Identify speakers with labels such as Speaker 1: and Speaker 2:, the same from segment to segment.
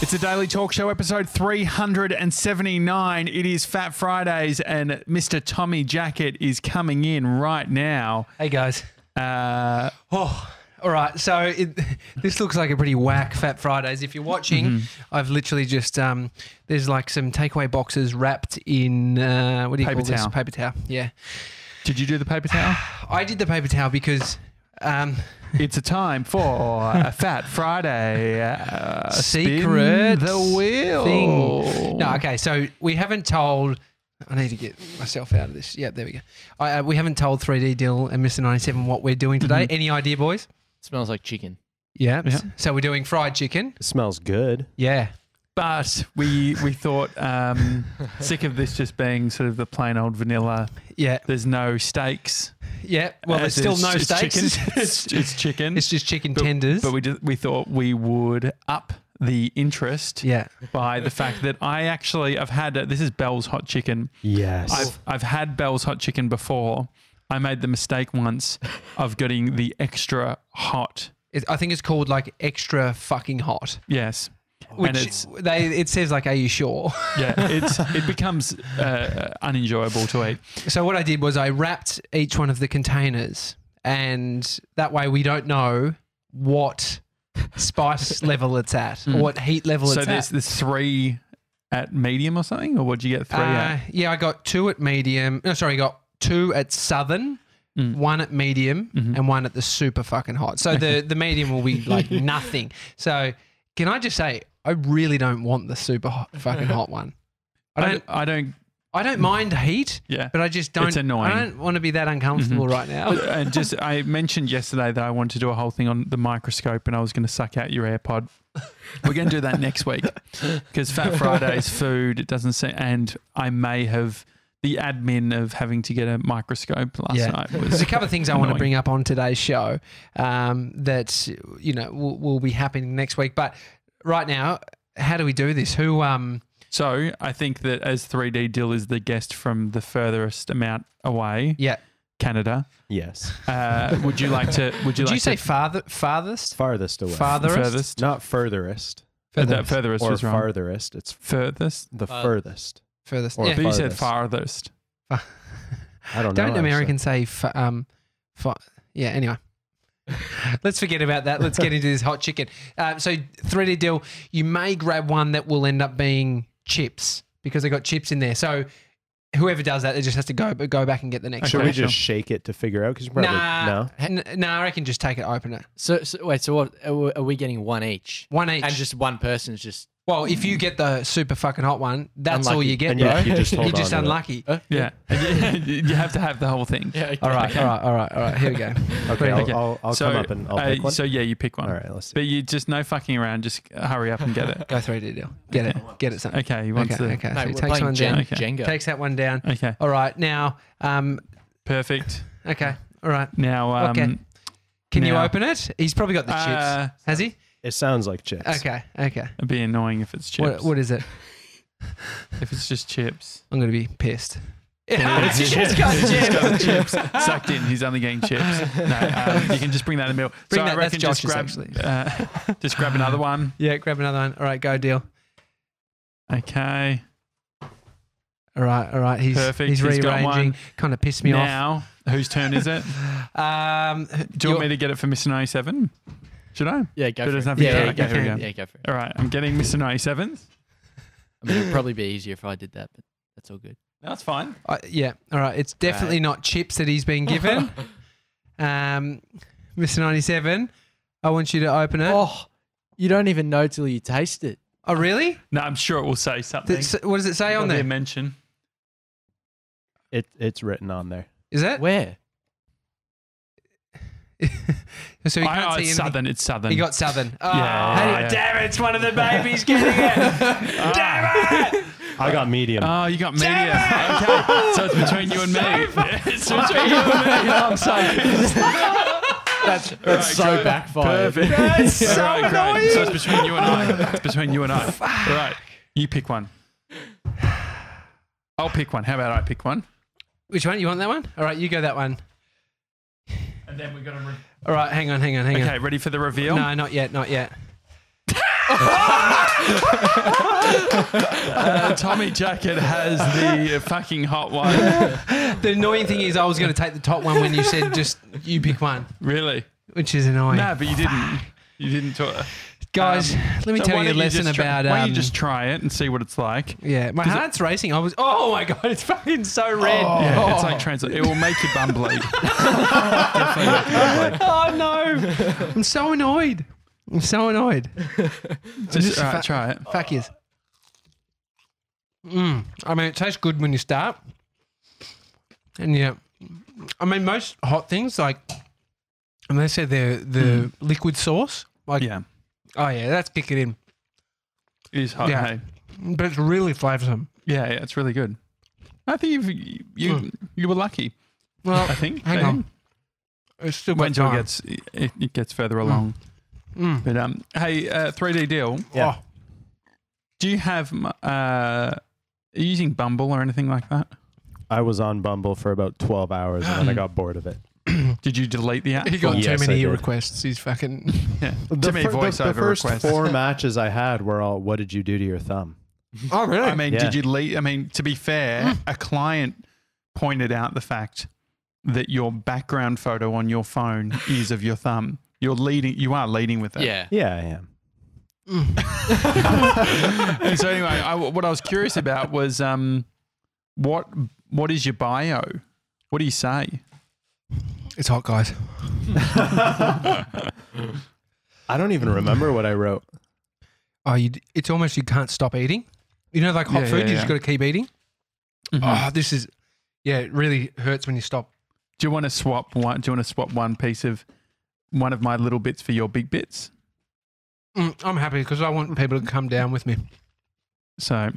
Speaker 1: It's a daily talk show, episode 379. It is Fat Fridays, and Mr. Tommy Jacket is coming in right now.
Speaker 2: Hey guys.
Speaker 1: Uh,
Speaker 2: Oh, all right. So it, this looks like a pretty whack Fat Fridays. If you're watching,
Speaker 1: Mm-hmm.
Speaker 2: I've literally just um, there's like some takeaway boxes wrapped in uh, what do you
Speaker 1: Paper
Speaker 2: call this?
Speaker 1: towel.
Speaker 2: Paper towel. Yeah,
Speaker 1: did you do the paper towel?
Speaker 2: I did the paper towel because um,
Speaker 1: it's a time for a Fat Friday. Uh, spin
Speaker 2: secret
Speaker 1: the wheel.
Speaker 2: thing. No, okay. So we haven't told. I need to get myself out of this. Yeah, there we go. I, uh, we haven't told 3D Dill and Mr. 97 what we're doing today. Any idea, boys?
Speaker 3: Smells like chicken.
Speaker 2: Yeah.
Speaker 1: Mm-hmm. Yeah.
Speaker 2: So we're doing fried chicken.
Speaker 4: smells good.
Speaker 2: Yeah.
Speaker 1: But we we thought um, sick of this just being sort of the plain old vanilla.
Speaker 2: Yeah.
Speaker 1: There's no steaks.
Speaker 2: Yeah. Well, there's
Speaker 1: As
Speaker 2: still
Speaker 1: it's-
Speaker 2: no
Speaker 1: it's
Speaker 2: steaks.
Speaker 1: Chicken. It's, it's chicken.
Speaker 2: It's just chicken tenders.
Speaker 1: But we just, we thought we would up the interest
Speaker 2: yeah.
Speaker 1: by the fact that I actually I've had this is Bell's hot chicken.
Speaker 4: Yes.
Speaker 1: I've I've had Bell's hot chicken before. I made the mistake once of getting the extra hot.
Speaker 2: It, I think it's called like extra fucking hot.
Speaker 1: Yes.
Speaker 2: Which
Speaker 1: and it's
Speaker 2: they it says like, are you sure?
Speaker 1: yeah, it's it becomes uh, unenjoyable to eat.
Speaker 2: so what I did was I wrapped each one of the containers, and that way we don't know what spice level it's at,
Speaker 1: Hmm.
Speaker 2: or what heat level
Speaker 1: so
Speaker 2: it's
Speaker 1: there's
Speaker 2: at.
Speaker 1: there's three at medium or something, or what'd you get three
Speaker 2: Uh,
Speaker 1: at?
Speaker 2: yeah, I got two at medium. No, sorry, I got two at southern.
Speaker 1: Hmm.
Speaker 2: One at medium
Speaker 1: Mm-hmm.
Speaker 2: and one at the super fucking hot. So the, the medium will be like nothing. So can I just say, I really don't want the super hot, fucking hot one. I
Speaker 1: I
Speaker 2: don't
Speaker 1: don't, I don't
Speaker 2: I don't mind heat,
Speaker 1: yeah.
Speaker 2: but I just don't.
Speaker 1: It's annoying. Mm-hmm.
Speaker 2: I don't want to be that uncomfortable right now.
Speaker 1: and just I mentioned yesterday that I wanted to do a whole thing on the microscope and I was going to suck out your AirPod. We're going to do that next week because Fat Friday's food. It doesn't say, and I may have the admin of having to get a microscope last
Speaker 2: Yeah.
Speaker 1: night
Speaker 2: There's
Speaker 1: was
Speaker 2: a couple of things I want to
Speaker 1: Annoying.
Speaker 2: bring up on today's show um, that you know will, will be happening next week. But right now, how do we do this? Who? Um,
Speaker 1: So I think that as 3D Dill is the guest from the furthest amount away,
Speaker 2: yeah.
Speaker 1: Canada,
Speaker 4: yes.
Speaker 1: uh, would you like to? Would you
Speaker 2: Did
Speaker 1: like
Speaker 2: you say
Speaker 1: to
Speaker 2: farther, farthest,
Speaker 4: Farthest away.
Speaker 2: fartherest?
Speaker 1: furthest? Uh,
Speaker 4: Not furtherest
Speaker 1: That
Speaker 2: Furthest.
Speaker 1: furthest
Speaker 4: or
Speaker 1: was wrong.
Speaker 4: farthest. It's
Speaker 1: furthest.
Speaker 4: the
Speaker 3: Far-
Speaker 4: furthest.
Speaker 2: Furthest.
Speaker 4: or
Speaker 2: Yeah.
Speaker 1: But you said
Speaker 4: Farthest.
Speaker 1: farthest.
Speaker 4: I don't know.
Speaker 2: Don't
Speaker 4: actually.
Speaker 2: Americans say fa- um, fa- yeah? Anyway, let's forget about that. Let's get into this hot chicken. Uh, so, 3D deal. You may grab one that will end up being chips because they got chips in there. So, whoever does that, they just has to go go back and get the next.
Speaker 4: Should
Speaker 1: Okay,
Speaker 4: we
Speaker 2: one.
Speaker 4: just
Speaker 1: sure.
Speaker 4: shake it to figure out? Because you probably
Speaker 2: nah,
Speaker 4: no.
Speaker 2: n- nah. I reckon just take it, open it.
Speaker 3: So, so wait, so what are we- are we getting one each?
Speaker 2: One each.
Speaker 3: And just one person's just
Speaker 2: well, if you get the super fucking hot one, that's all
Speaker 3: Unlucky.
Speaker 2: you get,
Speaker 4: And
Speaker 2: bro.
Speaker 4: yeah, you just hold
Speaker 2: You're just
Speaker 4: on to it.
Speaker 2: unlucky.
Speaker 1: Yeah, you have to have the whole thing.
Speaker 3: yeah.
Speaker 2: All right, all right, all right, all right. Here we go.
Speaker 4: Okay, I'll,
Speaker 1: Okay.
Speaker 4: I'll, I'll come up and I'll
Speaker 1: uh,
Speaker 4: pick one.
Speaker 1: So yeah, you pick one.
Speaker 4: All right, let's see.
Speaker 1: But you just no fucking around. Just hurry up and get it.
Speaker 2: Go 3D deal. Get it. Get it. Something.
Speaker 1: Okay, you want
Speaker 2: okay,
Speaker 1: to.
Speaker 2: okay.
Speaker 3: No,
Speaker 2: so he
Speaker 3: we're
Speaker 2: takes
Speaker 3: playing
Speaker 2: one
Speaker 3: Jen-
Speaker 2: down.
Speaker 3: Jenga.
Speaker 2: Takes that one down.
Speaker 1: Okay,
Speaker 2: All right, now, um,
Speaker 1: perfect.
Speaker 2: okay, all right.
Speaker 1: Now, um,
Speaker 2: Okay. Can you
Speaker 1: Now-
Speaker 2: open it? He's probably got the chips.
Speaker 1: uh,
Speaker 2: Has he?
Speaker 4: It sounds like chips.
Speaker 2: Okay, okay.
Speaker 1: it'd be annoying if it's chips.
Speaker 2: What, what is it?
Speaker 1: If it's just chips.
Speaker 2: I'm going to be pissed.
Speaker 1: It's just got chips. Sucked in. He's only getting chips. No, um, you can just bring that in the middle.
Speaker 2: Bring
Speaker 1: so I
Speaker 2: that- that's
Speaker 1: reckon just
Speaker 2: Josh's
Speaker 1: grab, uh, just grab another one.
Speaker 2: Yeah, grab another one. All right, go deal.
Speaker 1: Okay.
Speaker 2: All right, all right. He's
Speaker 1: Perfect,
Speaker 2: he's
Speaker 1: he's got
Speaker 2: rearranging.
Speaker 1: one.
Speaker 2: Kind of pissed me
Speaker 1: now, whose turn is it?
Speaker 2: off. Um,
Speaker 1: Do you want me to get it for Mr. 97? Should I?
Speaker 3: Yeah, go
Speaker 1: But
Speaker 3: for
Speaker 1: it's
Speaker 3: it.
Speaker 1: not-
Speaker 3: yeah,
Speaker 2: yeah,
Speaker 3: yeah, go
Speaker 2: okay.
Speaker 3: for it. Yeah, go for it.
Speaker 1: All right, I'm getting Mr. 97.
Speaker 3: I mean, it'd probably be easier if I did that, but that's all good.
Speaker 1: That's fine.
Speaker 2: I- uh, yeah, all right. It's definitely not chips that he's been given. um, Mr. 97, I want you to open it. Oh,
Speaker 3: you don't even know till you taste it.
Speaker 2: really?
Speaker 1: No, I'm sure it will say something.
Speaker 2: That's- what does it say
Speaker 1: There'll
Speaker 2: on
Speaker 1: be a
Speaker 2: there?
Speaker 1: mention.
Speaker 4: It it's written on there.
Speaker 2: Is it?
Speaker 3: Where?
Speaker 2: So he
Speaker 1: I-
Speaker 2: can't
Speaker 1: oh,
Speaker 2: see
Speaker 1: it's
Speaker 2: anything.
Speaker 1: Southern. It's Southern.
Speaker 2: He got Southern. Oh,
Speaker 1: yeah, yeah.
Speaker 2: damn it. It's one of the babies getting it. damn it.
Speaker 4: I got medium.
Speaker 1: Oh, you got media. Okay, so it's between you and me. it's between you and me.
Speaker 3: I'm sorry.
Speaker 4: that's
Speaker 1: so great.
Speaker 4: backfired.
Speaker 1: Perfect.
Speaker 2: so
Speaker 1: All right, great. So it's between you and I. It's between you and I. All right, you pick one. I'll pick one. How about I pick one?
Speaker 2: Which one? You want that one? All right, you go that one.
Speaker 1: And then we got to.
Speaker 2: All right, hang on, hang on, hang
Speaker 1: okay, ready for the reveal?
Speaker 2: on. No, not yet, not yet.
Speaker 1: Uh, Tommy Jacket has the fucking hot one.
Speaker 2: The annoying thing is, I was going to take the top one when you said just you pick one,
Speaker 1: Really?
Speaker 2: which is annoying.
Speaker 1: No, but you didn't. You didn't talk.
Speaker 2: Guys,
Speaker 1: Um,
Speaker 2: let me
Speaker 1: So
Speaker 2: tell
Speaker 1: why
Speaker 2: you a
Speaker 1: don't
Speaker 2: lesson
Speaker 1: just try-
Speaker 2: about.
Speaker 1: why don't
Speaker 2: um,
Speaker 1: you just try it and see what it's like?
Speaker 2: yeah, my
Speaker 1: 'cause it-
Speaker 2: heart's racing. I was. Oh my god, it's fucking so red. Oh,
Speaker 1: Yeah, it's like translate. It will make your bum bleed.
Speaker 3: Oh,
Speaker 2: no, I'm so annoyed. I'm so annoyed.
Speaker 1: Just,
Speaker 2: Just
Speaker 1: all right,
Speaker 2: fa-
Speaker 1: try it.
Speaker 2: Fuck yes. Mm, I mean, it tastes good when you start. And yeah, I mean, most hot things like, and they said they're the liquid sauce. Like,
Speaker 1: Mm. Yeah,
Speaker 2: oh yeah, that's kicking in,
Speaker 1: it is hot.
Speaker 2: Yeah.
Speaker 1: Hey,
Speaker 2: but it's really flavoursome.
Speaker 1: yeah, yeah, it's really good. I think you've, you
Speaker 2: Mm.
Speaker 1: you were lucky.
Speaker 2: Well,
Speaker 1: I think.
Speaker 2: hang
Speaker 1: They-
Speaker 2: on, it's still
Speaker 1: Wait until
Speaker 2: got
Speaker 1: it
Speaker 2: time.
Speaker 1: gets it, it gets further along.
Speaker 2: Mm.
Speaker 1: But um, hey, uh, 3D deal.
Speaker 4: Yeah.
Speaker 2: Oh,
Speaker 1: Do you have m- uh, are you using Bumble or anything like that?
Speaker 4: I was on Bumble for about 12 hours and then I got bored of it.
Speaker 2: Hmm.
Speaker 1: Did you delete the app?
Speaker 2: Oh, he got
Speaker 4: Yes, I
Speaker 2: too many
Speaker 4: did.
Speaker 2: requests. He's fucking.
Speaker 1: Yeah.
Speaker 4: The
Speaker 1: to me,
Speaker 4: fir- the-
Speaker 1: voiceover
Speaker 4: the, first
Speaker 1: requests.
Speaker 4: four matches I had were all, what did you do to your thumb?
Speaker 2: Oh really?
Speaker 1: I mean,
Speaker 4: Yeah.
Speaker 1: did you delete? I mean, to be fair, a client pointed out the fact that your background photo on your phone is of your thumb. You're leading. You are leading with that.
Speaker 3: Yeah.
Speaker 4: Yeah, I am.
Speaker 2: Mm.
Speaker 1: And so anyway, I, what I was curious about was um, what what is your bio? What do you say?
Speaker 2: it's hot, guys.
Speaker 4: I don't even remember what I wrote.
Speaker 2: Oh, you, d- it's almost you can't stop eating. You know, like hot
Speaker 1: Yeah,
Speaker 2: food,
Speaker 1: yeah,
Speaker 2: you just
Speaker 1: yeah.
Speaker 2: got to keep eating. Oh, this is, yeah, it really hurts when you stop.
Speaker 1: Uh, Do you want to swap one? Do you want to swap one piece of one of my little bits for your big bits?
Speaker 2: Mm, I'm happy because I want people to come down with me.
Speaker 1: So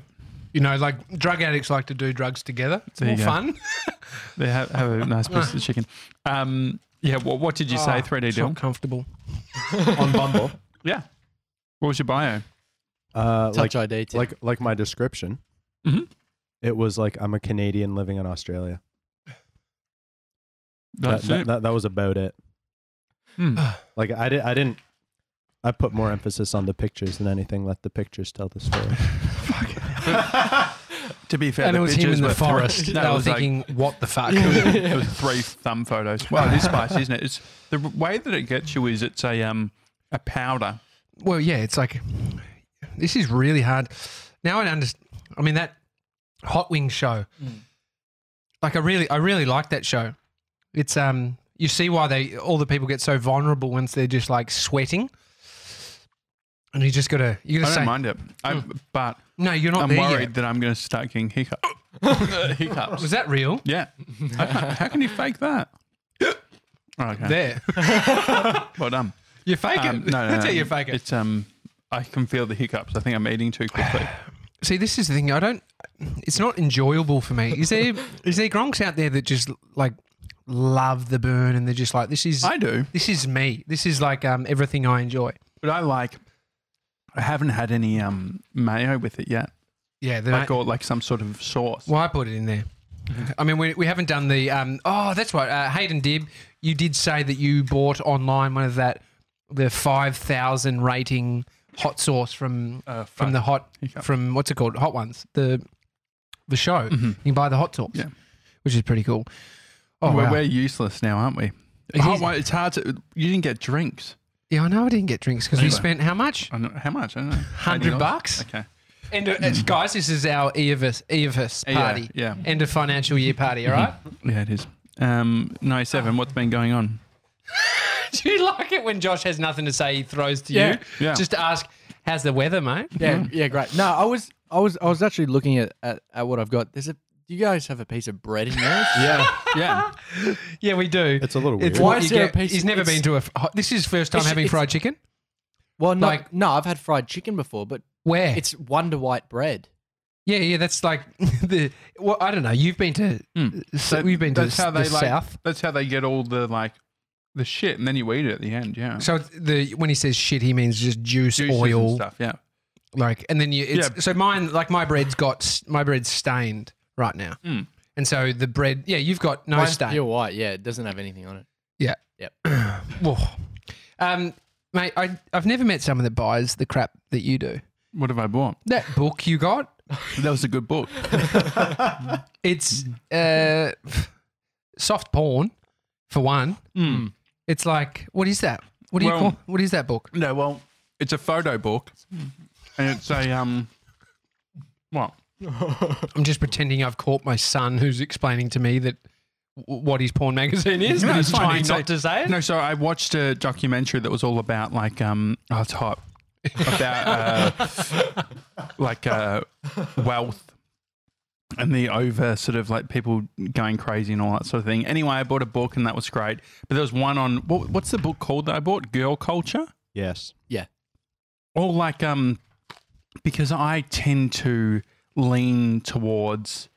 Speaker 2: You know, like drug addicts like to do drugs together. It's
Speaker 1: There
Speaker 2: more
Speaker 1: you go.
Speaker 2: fun.
Speaker 1: they have, have a nice piece of chicken. Um, yeah. What, what did you say?
Speaker 2: Oh,
Speaker 1: Three D
Speaker 2: It's
Speaker 1: deal
Speaker 2: not comfortable.
Speaker 4: on Bumble.
Speaker 1: Yeah. What was your bio?
Speaker 4: Uh, like,
Speaker 3: Touch ID. Tip.
Speaker 4: like, like my description,
Speaker 2: Mm-hmm.
Speaker 1: Mhm.
Speaker 4: it was like, I'm a Canadian living in Australia.
Speaker 1: That's
Speaker 4: that,
Speaker 1: it.
Speaker 4: that, that, that was about it.
Speaker 1: Hmm.
Speaker 2: Mm.
Speaker 4: Like I, di- I didn't. I put more emphasis on the pictures than anything. Let the pictures tell the story.
Speaker 1: To be fair,
Speaker 2: And
Speaker 1: the
Speaker 2: it was him
Speaker 1: pictures
Speaker 2: in the
Speaker 1: were three-
Speaker 2: forest.
Speaker 1: No,
Speaker 2: I
Speaker 1: it
Speaker 2: was,
Speaker 1: was like-
Speaker 2: thinking, what the fuck?
Speaker 1: it was three thumb photos. Wow, it is spicy, isn't it? It's the way that it gets you is it's a um a powder.
Speaker 2: well, yeah, it's like, this is really hard. Now I understand. I mean, that Hot Wing show, like I really, I really like that show. It's, um, you see why they, all the people get so vulnerable once they're just like sweating. And you just gotta, you
Speaker 1: I
Speaker 2: gotta
Speaker 1: don't
Speaker 2: say,
Speaker 1: mind it, I, but
Speaker 2: no, you're Mm. not
Speaker 1: I'm
Speaker 2: there
Speaker 1: worried
Speaker 2: yet.
Speaker 1: that I'm going to start getting hiccup. hiccups.
Speaker 2: Was that real?
Speaker 1: Yeah. I can't- how can you fake that? Okay.
Speaker 2: There.
Speaker 1: well done.
Speaker 2: You're faking.
Speaker 1: Um, no, no,
Speaker 2: That's
Speaker 1: no.
Speaker 2: how you fake it.
Speaker 1: It's um. I can feel the hiccups. I think I'm eating too quickly.
Speaker 2: See, this is the thing. I don't. It's not enjoyable for me. Is there is there gronks out there that just like love the burn and they're just like this is
Speaker 1: I do,
Speaker 2: this is me. This is like um everything I enjoy.
Speaker 1: but I like. I haven't had any um mayo with it yet.
Speaker 2: Yeah, they're
Speaker 1: Like or like some sort of sauce.
Speaker 2: Well, I put it in there. I mean, we, we haven't done the. Um, oh, that's right. Uh, Hayden Dib, you did say that you bought online one of that the five thousand rating hot sauce from
Speaker 1: Uh,
Speaker 2: from the hot
Speaker 1: Hiccup.
Speaker 2: from what's it called hot ones the the show. You can buy the hot sauce,
Speaker 1: Yeah.
Speaker 2: which is pretty cool. Oh,
Speaker 1: we're,
Speaker 2: wow.
Speaker 1: we're useless now, aren't we?
Speaker 2: It
Speaker 1: Hot
Speaker 2: is.
Speaker 1: wine- it's hard to. You didn't get drinks.
Speaker 2: yeah, I know I didn't get drinks because we
Speaker 1: Anyway.
Speaker 2: spent how much?
Speaker 1: I don't know, how much? I don't know.
Speaker 2: Hundred
Speaker 1: $80?
Speaker 2: bucus.
Speaker 1: Okay.
Speaker 2: And uh, guys, this is our EFS EFS
Speaker 1: Yeah,
Speaker 2: party,
Speaker 1: Yeah.
Speaker 2: end of financial year party. All right.
Speaker 1: Yeah, it is. Um, no, seven. What's been going on?
Speaker 2: Do you like it when Josh has nothing to say? He throws to you.
Speaker 3: Yeah.
Speaker 1: Yeah.
Speaker 2: Just to ask, how's the weather, mate?
Speaker 3: Yeah, yeah, great. No, I was, I was, I was actually looking at, at, at what I've got. There's a. Do you guys have a piece of bread in yours?
Speaker 4: yeah,
Speaker 1: Yeah.
Speaker 2: Yeah, we do.
Speaker 4: it's a little weird.
Speaker 3: Why
Speaker 2: what
Speaker 3: is
Speaker 2: you
Speaker 3: there a
Speaker 2: get-
Speaker 3: piece-
Speaker 2: He's never
Speaker 3: it's-
Speaker 2: been to a. f- hot- This is his first time
Speaker 3: It's-
Speaker 2: having
Speaker 3: it's-
Speaker 2: fried chicken.
Speaker 3: Well, no,
Speaker 2: Like-
Speaker 3: no, I've had fried chicken before, but
Speaker 2: Where?
Speaker 3: it's Wonder White bread.
Speaker 2: yeah, yeah. That's like the. Well, I don't know. You've been to.
Speaker 1: Mm.
Speaker 2: So we've been to
Speaker 1: that's
Speaker 2: the,
Speaker 1: how they
Speaker 2: the
Speaker 1: like-
Speaker 2: south.
Speaker 1: That's how they get all the like, the shit, and then you eat it at the end. Yeah.
Speaker 2: So it's the when he says shit, he means just juice,
Speaker 1: Juices and
Speaker 2: oil,
Speaker 1: stuff. Yeah.
Speaker 2: like, and then you. It's,
Speaker 1: Yeah.
Speaker 2: So mine, like my bread's got s- my bread's stained right now,
Speaker 1: Mm.
Speaker 2: and so the bread. Yeah, you've got no
Speaker 3: Mine's
Speaker 2: stain.
Speaker 3: pure white. Yeah, it doesn't have anything on it.
Speaker 2: Whoa. Um, Mate, I, I've never met someone that buys the crap that you do.
Speaker 1: What have I bought?
Speaker 2: That book you got,
Speaker 1: That was a good book.
Speaker 2: it's
Speaker 1: Hmm.
Speaker 2: uh, soft porn, for one.
Speaker 1: Mm.
Speaker 2: It's like, what is that? What do you
Speaker 1: Well-
Speaker 2: call? What is that book?
Speaker 1: No, well, it's a photo book, and it's a um, what?
Speaker 2: I'm just pretending I've caught my son, who's explaining to me that w- what his porn magazine is, but
Speaker 1: No,
Speaker 2: he's
Speaker 1: it's fine.
Speaker 2: trying
Speaker 1: It's
Speaker 2: not
Speaker 1: like-
Speaker 2: to say it.
Speaker 1: No, so I watched a documentary that was all about like um, oh, it's hot about uh, like uh, wealth and the over sort of like people going crazy and all that sort of thing. Anyway, I bought a book and that was great, but there was one on what, what's the book called that I bought? Girl Culture.
Speaker 4: Yes.
Speaker 1: or like um because i tend to lean towards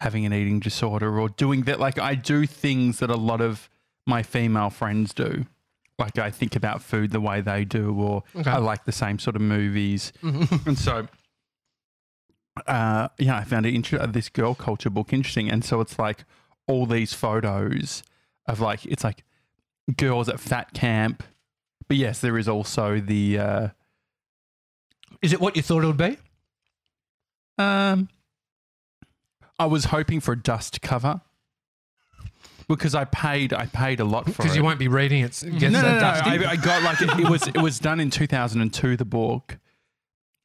Speaker 1: having an eating disorder or doing that like i do things that a lot of my female friends do like i think about food the way they do or
Speaker 2: Okay.
Speaker 1: i like the same sort of movies and so uh yeah i found it inter- uh, this girl culture book interesting and so it's like all these photos of like it's like girls at fat camp but yes there is also the uh
Speaker 2: Is it what you thought it would be?
Speaker 1: Um, I was hoping for a dust cover because I paid. I paid a lot for it.
Speaker 2: Because you won't be reading it. it
Speaker 1: no,
Speaker 2: gets
Speaker 1: no,
Speaker 2: so
Speaker 1: no, no.
Speaker 2: dusty.
Speaker 1: I, I got like it, was. It was done in two thousand and two. The book,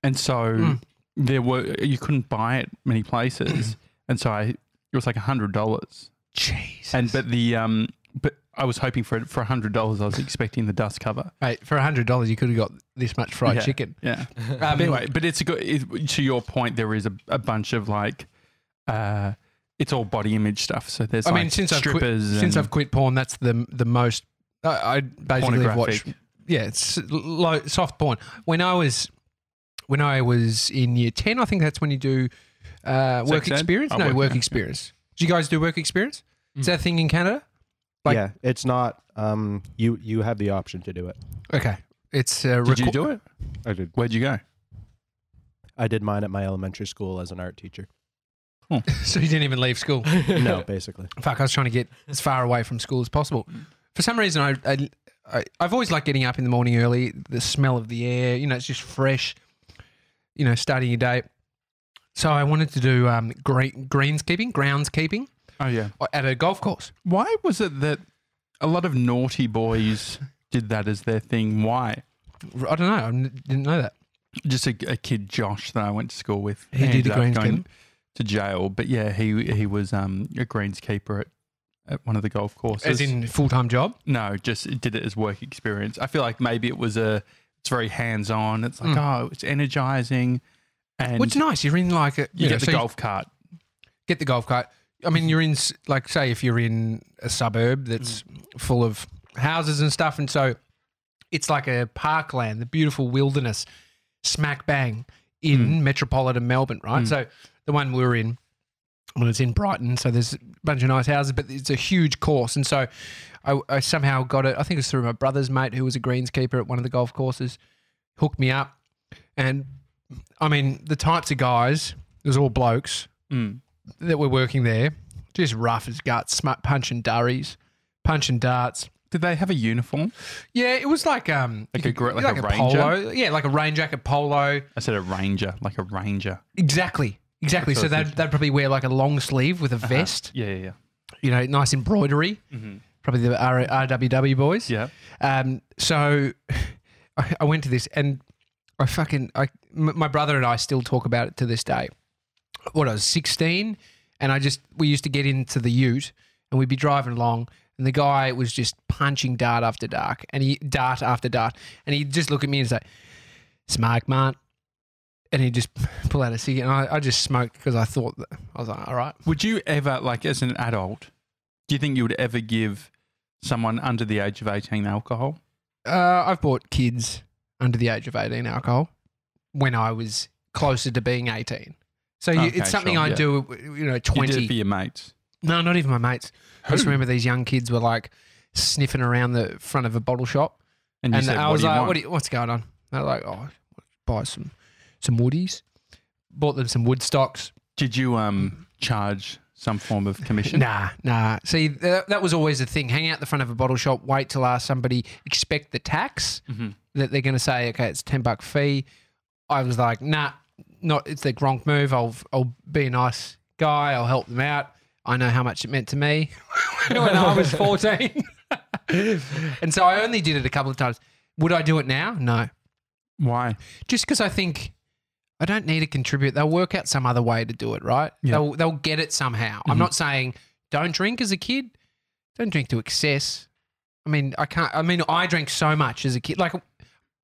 Speaker 1: and so
Speaker 2: Mm.
Speaker 1: there were you couldn't buy it many places, and so I it was like hundred dollars.
Speaker 2: Jeez.
Speaker 1: And but the um, but I was hoping for it for hundred dollars. I was expecting the dust cover.
Speaker 2: Mate, for hundred dollars, you could have got this much fried
Speaker 1: Yeah.
Speaker 2: chicken.
Speaker 1: Yeah.
Speaker 2: Um,
Speaker 1: But anyway, but it's a good. It, to your point, there is a, a bunch of like, uh, it's all body image stuff. So there's.
Speaker 2: I
Speaker 1: like
Speaker 2: mean, since I've quit,
Speaker 1: strippers
Speaker 2: since
Speaker 1: and
Speaker 2: I've quit porn, that's the the most I, I basically have watched.
Speaker 1: pornographic.
Speaker 2: Yeah, it's low, soft porn. When I was when I was in year ten, I think that's when you do uh, work
Speaker 1: ed?
Speaker 2: experience.
Speaker 1: Oh,
Speaker 2: no,
Speaker 1: work,
Speaker 2: work,
Speaker 1: yeah. Mm.
Speaker 2: experience. Do you guys do work experience? Is that a thing in Canada? Like-
Speaker 4: yeah. It's not. Um. You you have the option to do it.
Speaker 2: Okay, it's uh,
Speaker 1: Did you
Speaker 2: reco-
Speaker 1: do it?
Speaker 4: I did.
Speaker 1: Where'd you go?
Speaker 4: I did mine at my elementary school as an art teacher.
Speaker 2: so you didn't even leave school.
Speaker 4: No, basically.
Speaker 2: Fuck, I was trying to get as far away from school as possible.
Speaker 1: Mm.
Speaker 2: For some reason, I, I, I I've always liked getting up in the morning early. The smell of the air, you know, it's just fresh. You know, starting your day. So I wanted to do um, green, greenskeeping, groundskeeping
Speaker 1: Oh yeah.
Speaker 2: at a golf course.
Speaker 1: Why was it that a lot of naughty boys did that as their thing? Why?
Speaker 2: I don't know. I n- didn't know that.
Speaker 1: Just a, a kid, Josh, that I went to school with.
Speaker 2: He did
Speaker 1: ended
Speaker 2: a
Speaker 1: up
Speaker 2: greenskeeper?
Speaker 1: going to jail, but yeah, he he was um a greenskeeper at. At one of the golf courses,
Speaker 2: As in full time job.
Speaker 1: No, just it did it as work experience. I feel like maybe it was a it's very hands on. It's
Speaker 2: Mm.
Speaker 1: like oh, it's energizing, and
Speaker 2: Which is nice. You're in like a
Speaker 1: you
Speaker 2: you know,
Speaker 1: get the
Speaker 2: so you
Speaker 1: golf cart.
Speaker 2: get the golf cart. I mean, you're in s- like say if you're in a suburb that's full of houses and stuff, and so it's like a parkland, the beautiful wilderness, smack bang in metropolitan Melbourne, right? So the one we were in, well, it's in Brighton, so there's a bunch of nice houses, but it's a huge course, and so I, I somehow got it. I think it was through my brother's mate who was a greenskeeper at one of the golf courses, hooked me up, and I mean the types of guys, it was all blokes that were working there, just rough as guts, smut punching durries, punching darts.
Speaker 1: Did they have a uniform?
Speaker 2: Yeah, it was like um
Speaker 1: Like
Speaker 2: you
Speaker 1: a gr- like a ranger?
Speaker 2: polo. Yeah, like a rain jacket polo.
Speaker 1: I said a ranger, like a ranger.
Speaker 2: Exactly. Exactly.
Speaker 1: That's
Speaker 2: So
Speaker 1: what I Uh-huh. was
Speaker 2: they'd, they'd probably wear like a long sleeve with a vest,
Speaker 1: Yeah, yeah,
Speaker 2: you know, nice embroidery. Probably the R- RWW boys.
Speaker 1: Mm-hmm. yeah.
Speaker 2: Um, so I, I went to this and I fucking, I, m- my brother and I still talk about it to this day. What I was 16 and I just, we used to get into the ute and we'd be driving along and the guy was just punching dart after dark and he, dart after dart. And he'd just look at me and say, smoke, mate. And he'd just pull out a cigarette. And I, I just smoked because I thought, that, I was like, all right.
Speaker 1: Would you ever like as an adult? Do you think you would ever give someone under the age of eighteen alcohol?
Speaker 2: Uh, I've bought kids under the age of 18 alcohol when I was closer to being 18. So you,
Speaker 1: Okay,
Speaker 2: it's something
Speaker 1: sure,
Speaker 2: I
Speaker 1: yeah.
Speaker 2: do, you know,
Speaker 1: You did it for
Speaker 2: 20.
Speaker 1: your mates.
Speaker 2: No, not even my mates. I just
Speaker 1: Who?
Speaker 2: remember these young kids were like sniffing around the front of a bottle shop.
Speaker 1: And
Speaker 2: And,
Speaker 1: you said,
Speaker 2: I
Speaker 1: what
Speaker 2: was
Speaker 1: do you
Speaker 2: like,
Speaker 1: want?
Speaker 2: what do you, what's going on? They're like, oh, buy some, some woodies. Bought them some wood stocks.
Speaker 1: Did you um charge some form of commission?
Speaker 2: Nah, nah. See, that, that was always the thing. Hang out the front of a bottle shop, wait till ask somebody, expect the tax
Speaker 1: Mhm.
Speaker 2: that they're going to say, okay, it's 10 buck fee. I was like, nah, not. it's the Gronk move. I'll, I'll be a nice guy. I'll help them out. I know how much it meant to me when I was 14. and so I only did it a couple of times. Would I do it now? No.
Speaker 1: Why?
Speaker 2: Just because I think I don't need to contribute. They'll work out some other way to do it, right?
Speaker 1: Yeah.
Speaker 2: They'll they'll get it somehow. I'm
Speaker 1: Mhm.
Speaker 2: not saying don't drink as a kid. Don't drink to excess. I mean, I can't. I mean, I drank so much as a kid. Like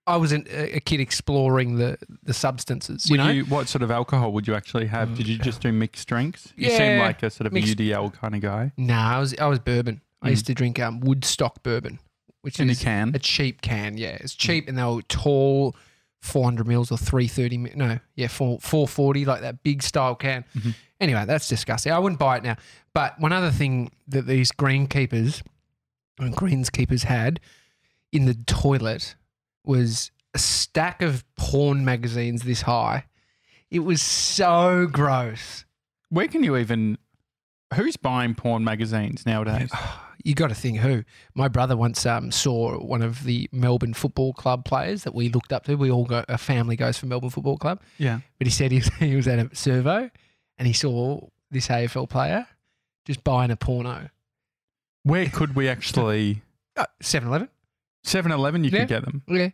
Speaker 2: I was an, a a kid exploring the the substances. You
Speaker 1: Would
Speaker 2: know,
Speaker 1: you, what sort of alcohol would you actually have? Did you just do mixed drinks? You seem
Speaker 2: Yeah,
Speaker 1: like a sort of
Speaker 2: mixed-
Speaker 1: UDL kind of guy.
Speaker 2: nah. I was I was bourbon. I used to drink um, Woodstock bourbon, which
Speaker 1: Mm. In a
Speaker 2: is
Speaker 1: can. Mm.
Speaker 2: a cheap can. Yeah, it's cheap, and they were tall, four hundred mils or three thirty. No, yeah, four four forty, like that big style can.
Speaker 1: Mm-hmm.
Speaker 2: Anyway, that's disgusting. I wouldn't buy it now. But one other thing that these greenkeepers and greenskeepers had in the toilet was a stack of porn magazines this high. It was so gross.
Speaker 1: Where can you even? Who's buying porn magazines nowadays?
Speaker 2: you got to think who. My brother once um, saw one of the Melbourne Football Club players that we looked up to. We all go, a family goes for Melbourne Football Club.
Speaker 1: Yeah.
Speaker 2: But he said he was, he was at a servo and he saw this AFL player just buying a porno.
Speaker 1: Where could we actually?
Speaker 2: 7 Eleven?
Speaker 1: 7 Eleven, you
Speaker 2: Yeah.
Speaker 1: can get them.
Speaker 2: Yeah.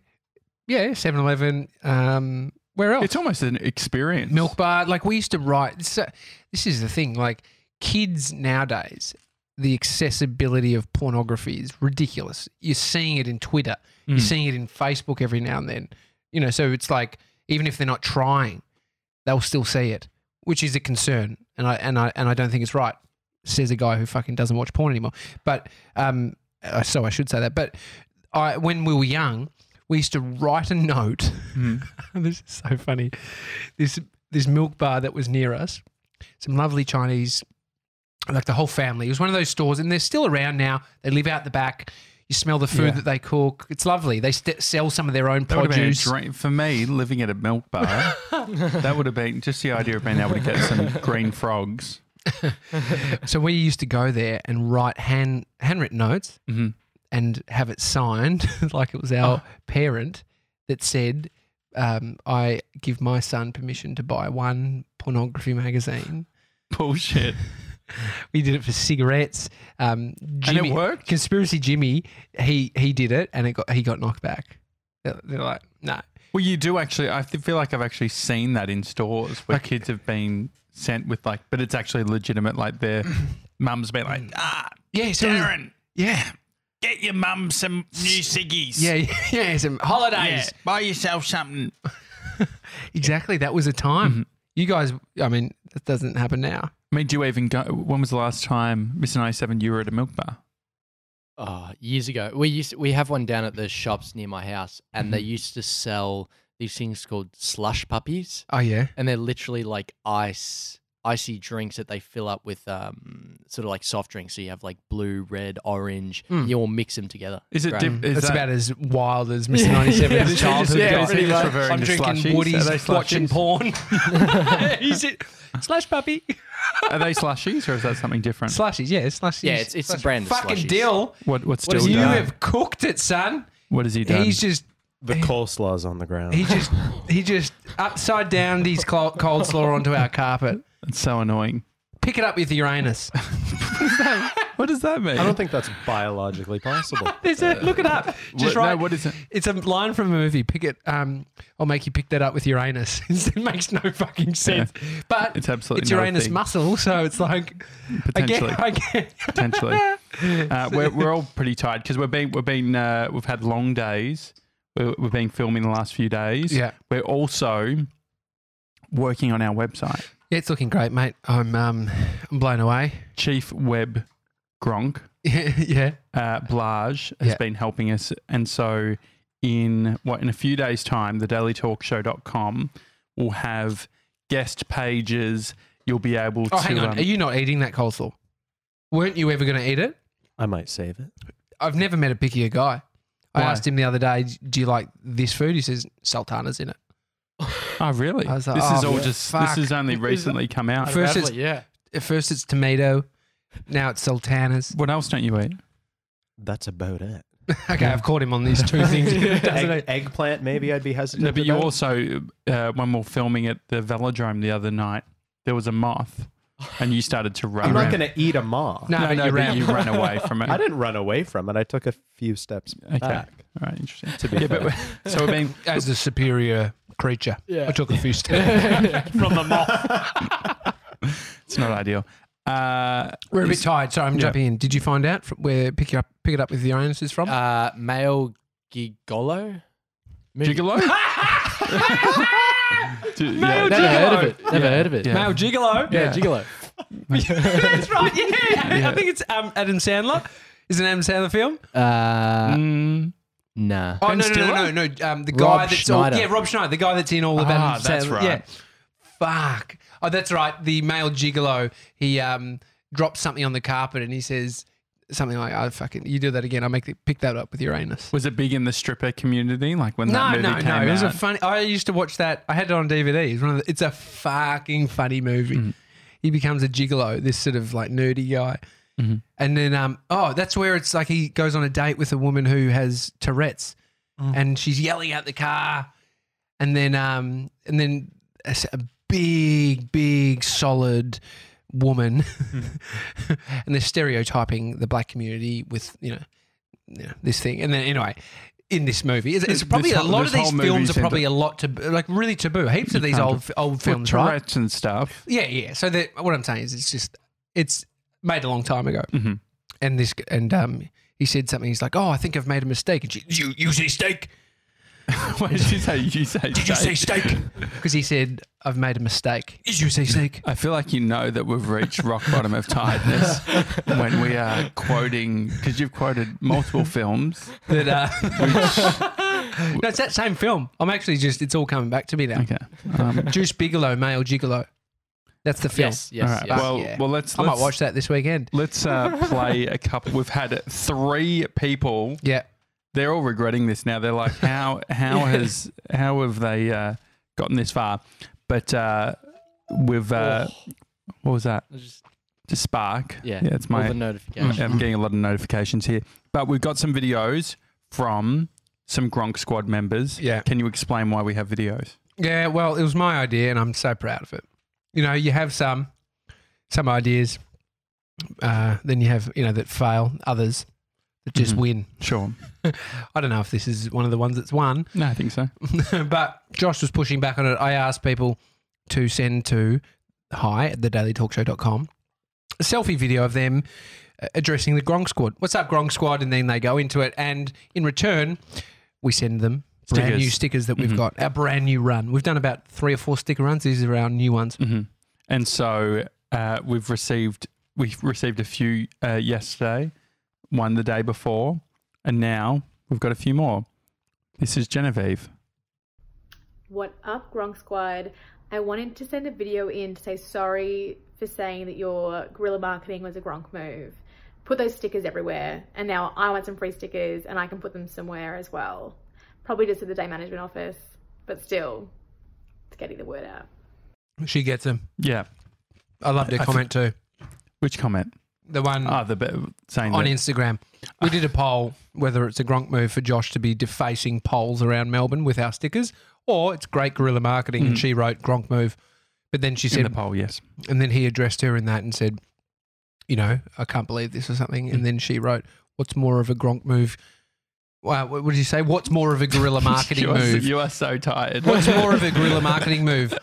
Speaker 2: Yeah, 7 Eleven. Um, where else?
Speaker 1: It's almost an experience.
Speaker 2: Milk bar. Like we used to write. So, this is the thing. Like kids nowadays, the accessibility of pornography is ridiculous. You're seeing it in Twitter. You're
Speaker 1: Mm.
Speaker 2: seeing it in Facebook every now and then. You know, so it's like even if they're not trying, they'll still see it, which is a concern. And I and I and I don't think it's right. Says a guy who fucking doesn't watch porn anymore. But um, uh, so I should say that. But I when we were young, we used to write a note.
Speaker 1: Mm.
Speaker 2: this is so funny. This this milk bar that was near us, some lovely Chinese, like the whole family. It was one of those stores, and they're still around now. They live out the back. You smell the food
Speaker 1: Yeah.
Speaker 2: that they cook. It's lovely. They st- sell some of their own
Speaker 1: That would have been a
Speaker 2: produce.
Speaker 1: dream for me. Living at a milk bar, that would have been just the idea of being able to get some green frogs.
Speaker 2: So we used to go there and write hand handwritten notes
Speaker 1: Mhm.
Speaker 2: and have it signed like it was our
Speaker 1: Oh.
Speaker 2: parent that said, um, "I give my son permission to buy one pornography magazine."
Speaker 1: Bullshit.
Speaker 2: We did it for cigarettes. Um, Jimmy,
Speaker 1: and it worked.
Speaker 2: Conspiracy Jimmy, he he did it and it got he got knocked back. They're, they're like, no,
Speaker 1: Well, you do actually. I th- feel like I've actually seen that in stores where
Speaker 2: Like-
Speaker 1: kids have been sent with like, but it's actually legitimate. Like their mum's been like, ah,
Speaker 2: yeah, so
Speaker 1: Darren,
Speaker 2: yeah,
Speaker 1: get your mum some new ciggies.
Speaker 2: yeah, yeah, some holidays.
Speaker 1: buy yourself something.
Speaker 2: Exactly, that was a time.
Speaker 1: Mm-hmm.
Speaker 2: You guys, I mean, that doesn't happen now.
Speaker 1: I mean, do you even go? When was the last time, Mr. 97, you were at a milk bar?
Speaker 5: oh, years ago. We used we have one down at the shops near my house, and they
Speaker 1: Mm-hmm.
Speaker 5: used to sell these things called slush puppies,
Speaker 2: Oh yeah,
Speaker 5: and they're literally like ice icy drinks that they fill up with um sort of like soft drinks. So you have like blue, red, orange.
Speaker 2: Mm.
Speaker 5: You all mix them together.
Speaker 1: Hmm. Is it?
Speaker 5: Great.
Speaker 1: Diff- is
Speaker 2: that's
Speaker 1: that,
Speaker 2: about as wild as Mr. 97
Speaker 1: Yeah,
Speaker 2: as childhood.
Speaker 1: yeah,
Speaker 2: got.
Speaker 1: pretty much. Just referring
Speaker 2: I'm
Speaker 1: to
Speaker 2: drinking
Speaker 1: slushies. Are they
Speaker 2: Woody's,
Speaker 1: slushies?
Speaker 2: watching porn. He's it. Slash puppy.
Speaker 1: Are they slushies or is that something different?
Speaker 2: Slushies, yeah, slushies.
Speaker 5: Yeah, it's- it's a
Speaker 2: Slushies.
Speaker 5: brand of
Speaker 2: Fucking
Speaker 5: slushies.
Speaker 2: deal.
Speaker 1: What what's
Speaker 2: What
Speaker 1: still
Speaker 2: you
Speaker 1: done?
Speaker 2: have cooked it, son.
Speaker 1: What has he done?
Speaker 2: He's just
Speaker 4: The coleslaw's on the ground.
Speaker 2: He just he just upside down his clo- cold slaw onto our carpet.
Speaker 1: it's so annoying.
Speaker 2: Pick it up with your anus.
Speaker 1: What does that mean?
Speaker 4: I don't think that's biologically possible.
Speaker 2: There's a, look it up.
Speaker 1: What-
Speaker 2: Just
Speaker 1: no,
Speaker 2: right.
Speaker 1: what is it?
Speaker 2: It's a line from a movie. Pick it. Um, I'll make you pick that up with your anus. it makes no fucking sense. But
Speaker 1: It's absolutely
Speaker 2: it's your
Speaker 1: no
Speaker 2: anus
Speaker 1: thing,
Speaker 2: muscle, so it's like I
Speaker 1: potentially.
Speaker 2: get. I get.
Speaker 1: potentially. Uh, we're, we're all pretty tired because we've been we've been uh, we've had long days. We're, we've been filming the last few days.
Speaker 2: Yeah.
Speaker 1: We're also working on our website.
Speaker 2: Yeah, it's looking great, mate. I'm um, I'm blown away.
Speaker 1: Chief Web Gronk
Speaker 2: yeah.
Speaker 1: uh, Blage has
Speaker 2: Yeah.
Speaker 1: been helping us, and so in what in a few days' time, the dailytalkshow.com will have guest pages. You'll be able
Speaker 2: Oh,
Speaker 1: to.
Speaker 2: hang on.
Speaker 1: um,
Speaker 2: Are you not eating that cold slaw? Weren't you ever going to eat it?
Speaker 4: I might save it.
Speaker 2: I've never met a pickier guy. I
Speaker 1: Why?
Speaker 2: asked him the other day, "Do you like this food?" He says, "Sultana's in it."
Speaker 1: oh, really?
Speaker 2: I was like,
Speaker 1: this is
Speaker 2: oh,
Speaker 1: all just.
Speaker 2: fuck.
Speaker 1: This has only recently come out.
Speaker 2: First,
Speaker 5: Have
Speaker 2: it's,
Speaker 5: it, yeah.
Speaker 2: at first it's tomato, now it's sultanas.
Speaker 1: What else don't you eat?
Speaker 4: That's about it.
Speaker 2: Okay, I've caught him on these two things. Doesn't
Speaker 4: Egg,
Speaker 2: it?
Speaker 4: eggplant, maybe I'd be hesitant.
Speaker 1: No, but you
Speaker 4: about.
Speaker 1: also, uh, when we were filming at the velodrome the other night, there was a moth, and you started to run.
Speaker 4: I'm not
Speaker 1: around.
Speaker 4: going to eat a moth.
Speaker 2: No,
Speaker 1: No,
Speaker 2: but
Speaker 1: no,
Speaker 2: you
Speaker 1: but
Speaker 2: ran.
Speaker 1: you ran away from it.
Speaker 4: I didn't run away from it. I took a few steps
Speaker 1: Okay.
Speaker 4: back.
Speaker 1: All right, interesting.
Speaker 4: To be
Speaker 1: yeah, but
Speaker 4: fair.
Speaker 1: we- so we're being
Speaker 2: As the superior creature,
Speaker 5: Yeah.
Speaker 2: I took a few steps.
Speaker 1: from the moth. it's not ideal. Uh,
Speaker 2: We're a bit
Speaker 1: Is-
Speaker 2: tired. Sorry, I'm
Speaker 1: Yeah.
Speaker 2: jumping in. Did you find out from where pick it up pick it up with the Uranus is from?
Speaker 5: Uh, male gigolo.
Speaker 1: gigolo? Do- yeah,
Speaker 5: Never heard of
Speaker 1: gigolo.
Speaker 5: it. Never heard of it.
Speaker 1: Yeah. Male
Speaker 5: gigolo. Yeah,
Speaker 1: Yeah.
Speaker 5: gigolo.
Speaker 2: That's right. Yeah. I think it's um, Adam Sandler. Is it an Adam Sandler film?
Speaker 5: Uh,
Speaker 1: Mm,
Speaker 5: nah.
Speaker 2: Oh
Speaker 1: Ben
Speaker 2: no, no, no,
Speaker 1: Stiller?
Speaker 2: no, no. Um, the
Speaker 5: Rob
Speaker 2: guy that's
Speaker 5: Schneider.
Speaker 2: all yeah, Rob Schneider, the guy that's in all of Adam
Speaker 1: Ah, that's
Speaker 2: Sandler.
Speaker 1: right.
Speaker 2: Yeah. Fuck. Oh, that's right. The male gigolo. He um drops something on the carpet and he says something like, "I fucking you do that again. I make the, pick that up with Uranus."
Speaker 1: Was it big in the stripper community? Like when
Speaker 2: No,
Speaker 1: that movie
Speaker 2: no,
Speaker 1: came
Speaker 2: no.
Speaker 1: out?
Speaker 2: It was a funny. I used to watch that. I had it on DVD. It's one of the, It's a fucking funny movie.
Speaker 1: Mm.
Speaker 2: He becomes a gigolo, this sort of like nerdy guy,
Speaker 1: Mm-hmm.
Speaker 2: and then um oh, that's where it's like he goes on a date with a woman who has Tourette's,
Speaker 1: Mm.
Speaker 2: and she's yelling out the car, and then um and then a, s- a big, big, solid woman, and they're stereotyping the black community with you know, you know this thing, and then anyway. In this movie, it's, it's
Speaker 1: This
Speaker 2: probably
Speaker 1: whole-
Speaker 2: a lot
Speaker 1: this
Speaker 2: of these
Speaker 1: whole movie
Speaker 2: films are
Speaker 1: centre-
Speaker 2: probably a lot to like really taboo. Heaps of these
Speaker 1: can't
Speaker 2: old old
Speaker 1: Well,
Speaker 2: films, right?
Speaker 1: Tourette's and stuff.
Speaker 2: Yeah, yeah. So that what I'm saying is, it's just it's made a long time ago,
Speaker 1: Mhm.
Speaker 2: and this and um, he said something. He's like, "Oh, I think I've made a mistake." And she, you, you say steak?
Speaker 1: Why did you say? You say?
Speaker 2: Did you say steak? Because he said, "I've made a mistake." Did you say steak?
Speaker 1: I feel like you know that we've reached rock bottom of tiredness when we are quoting because you've quoted multiple films.
Speaker 2: that, uh, no, it's that same film. I'm actually just it's all coming back to me now.
Speaker 1: Okay. Um,
Speaker 2: Juice Bigelow, male gigolo. That's the film.
Speaker 5: Yes, yes,
Speaker 1: all right.
Speaker 5: yes.
Speaker 1: Well,
Speaker 2: Yeah.
Speaker 1: well, let's
Speaker 2: I
Speaker 1: let's,
Speaker 2: might watch that this weekend.
Speaker 1: let's uh, play a couple. We've had three people.
Speaker 2: Yeah.
Speaker 1: They're all regretting this now. They're like, how how has how have they uh, gotten this far? But uh, we've uh, what was that?
Speaker 5: I just-
Speaker 1: Just spark.
Speaker 5: yeah.
Speaker 1: Yeah, it's my Mm.
Speaker 5: All the notification.
Speaker 1: I'm getting a lot of notifications here. But we've got some videos from some Gronk Squad members.
Speaker 2: Yeah.
Speaker 1: Can you explain why we have videos?
Speaker 2: Yeah, well, it was my idea, and I'm so proud of it. You know, you have some some ideas, uh, then you have you know that fail, others that just
Speaker 1: Mhm.
Speaker 2: win.
Speaker 1: Sure.
Speaker 2: I don't know if this is one of the ones that's won,
Speaker 1: No, I think so.
Speaker 2: but Josh was pushing back on it. I asked people to send to hi at thedailytalkshow.com a selfie video of them uh, addressing the Gronk Squad. What's up, Gronk Squad? And then they go into it, and in return, we send them brand
Speaker 1: Stickers.
Speaker 2: new stickers that we've
Speaker 1: Mhm.
Speaker 2: got. Our brand new run. We've done about three or four sticker runs. These are our new ones.
Speaker 1: hmm And so uh, we've received we've received a few uh, yesterday, one the day before, and now we've got a few more. This is Genevieve.
Speaker 6: What up, Gronk Squad? I wanted to send a video in to say sorry for saying that your guerrilla marketing was a Gronk move. Put those stickers everywhere, and now I want some free stickers and I can put them somewhere as well. Probably just at the day management office, but still, it's getting the word out.
Speaker 2: She gets them.
Speaker 1: Yeah.
Speaker 2: I loved her
Speaker 1: I
Speaker 2: comment too.
Speaker 1: Which comment?
Speaker 2: The one
Speaker 1: Ah, the bit saying
Speaker 2: Mm. on
Speaker 1: that-
Speaker 2: Instagram. We did a poll whether it's a Gronk move for Josh to be defacing poles around Melbourne with our stickers or it's great guerrilla marketing. And she wrote Gronk move. But then she
Speaker 1: Mm. in the
Speaker 2: said,
Speaker 1: poll. Yes.
Speaker 2: and then he addressed her in that and said, you know, I can't believe this or something.
Speaker 1: Mm.
Speaker 2: And then she wrote, what's more of a Gronk move? Wow, what what did you say? What's more of a guerrilla marketing
Speaker 1: you are,
Speaker 2: move?
Speaker 1: You are so tired.
Speaker 2: What's more of a guerrilla marketing move?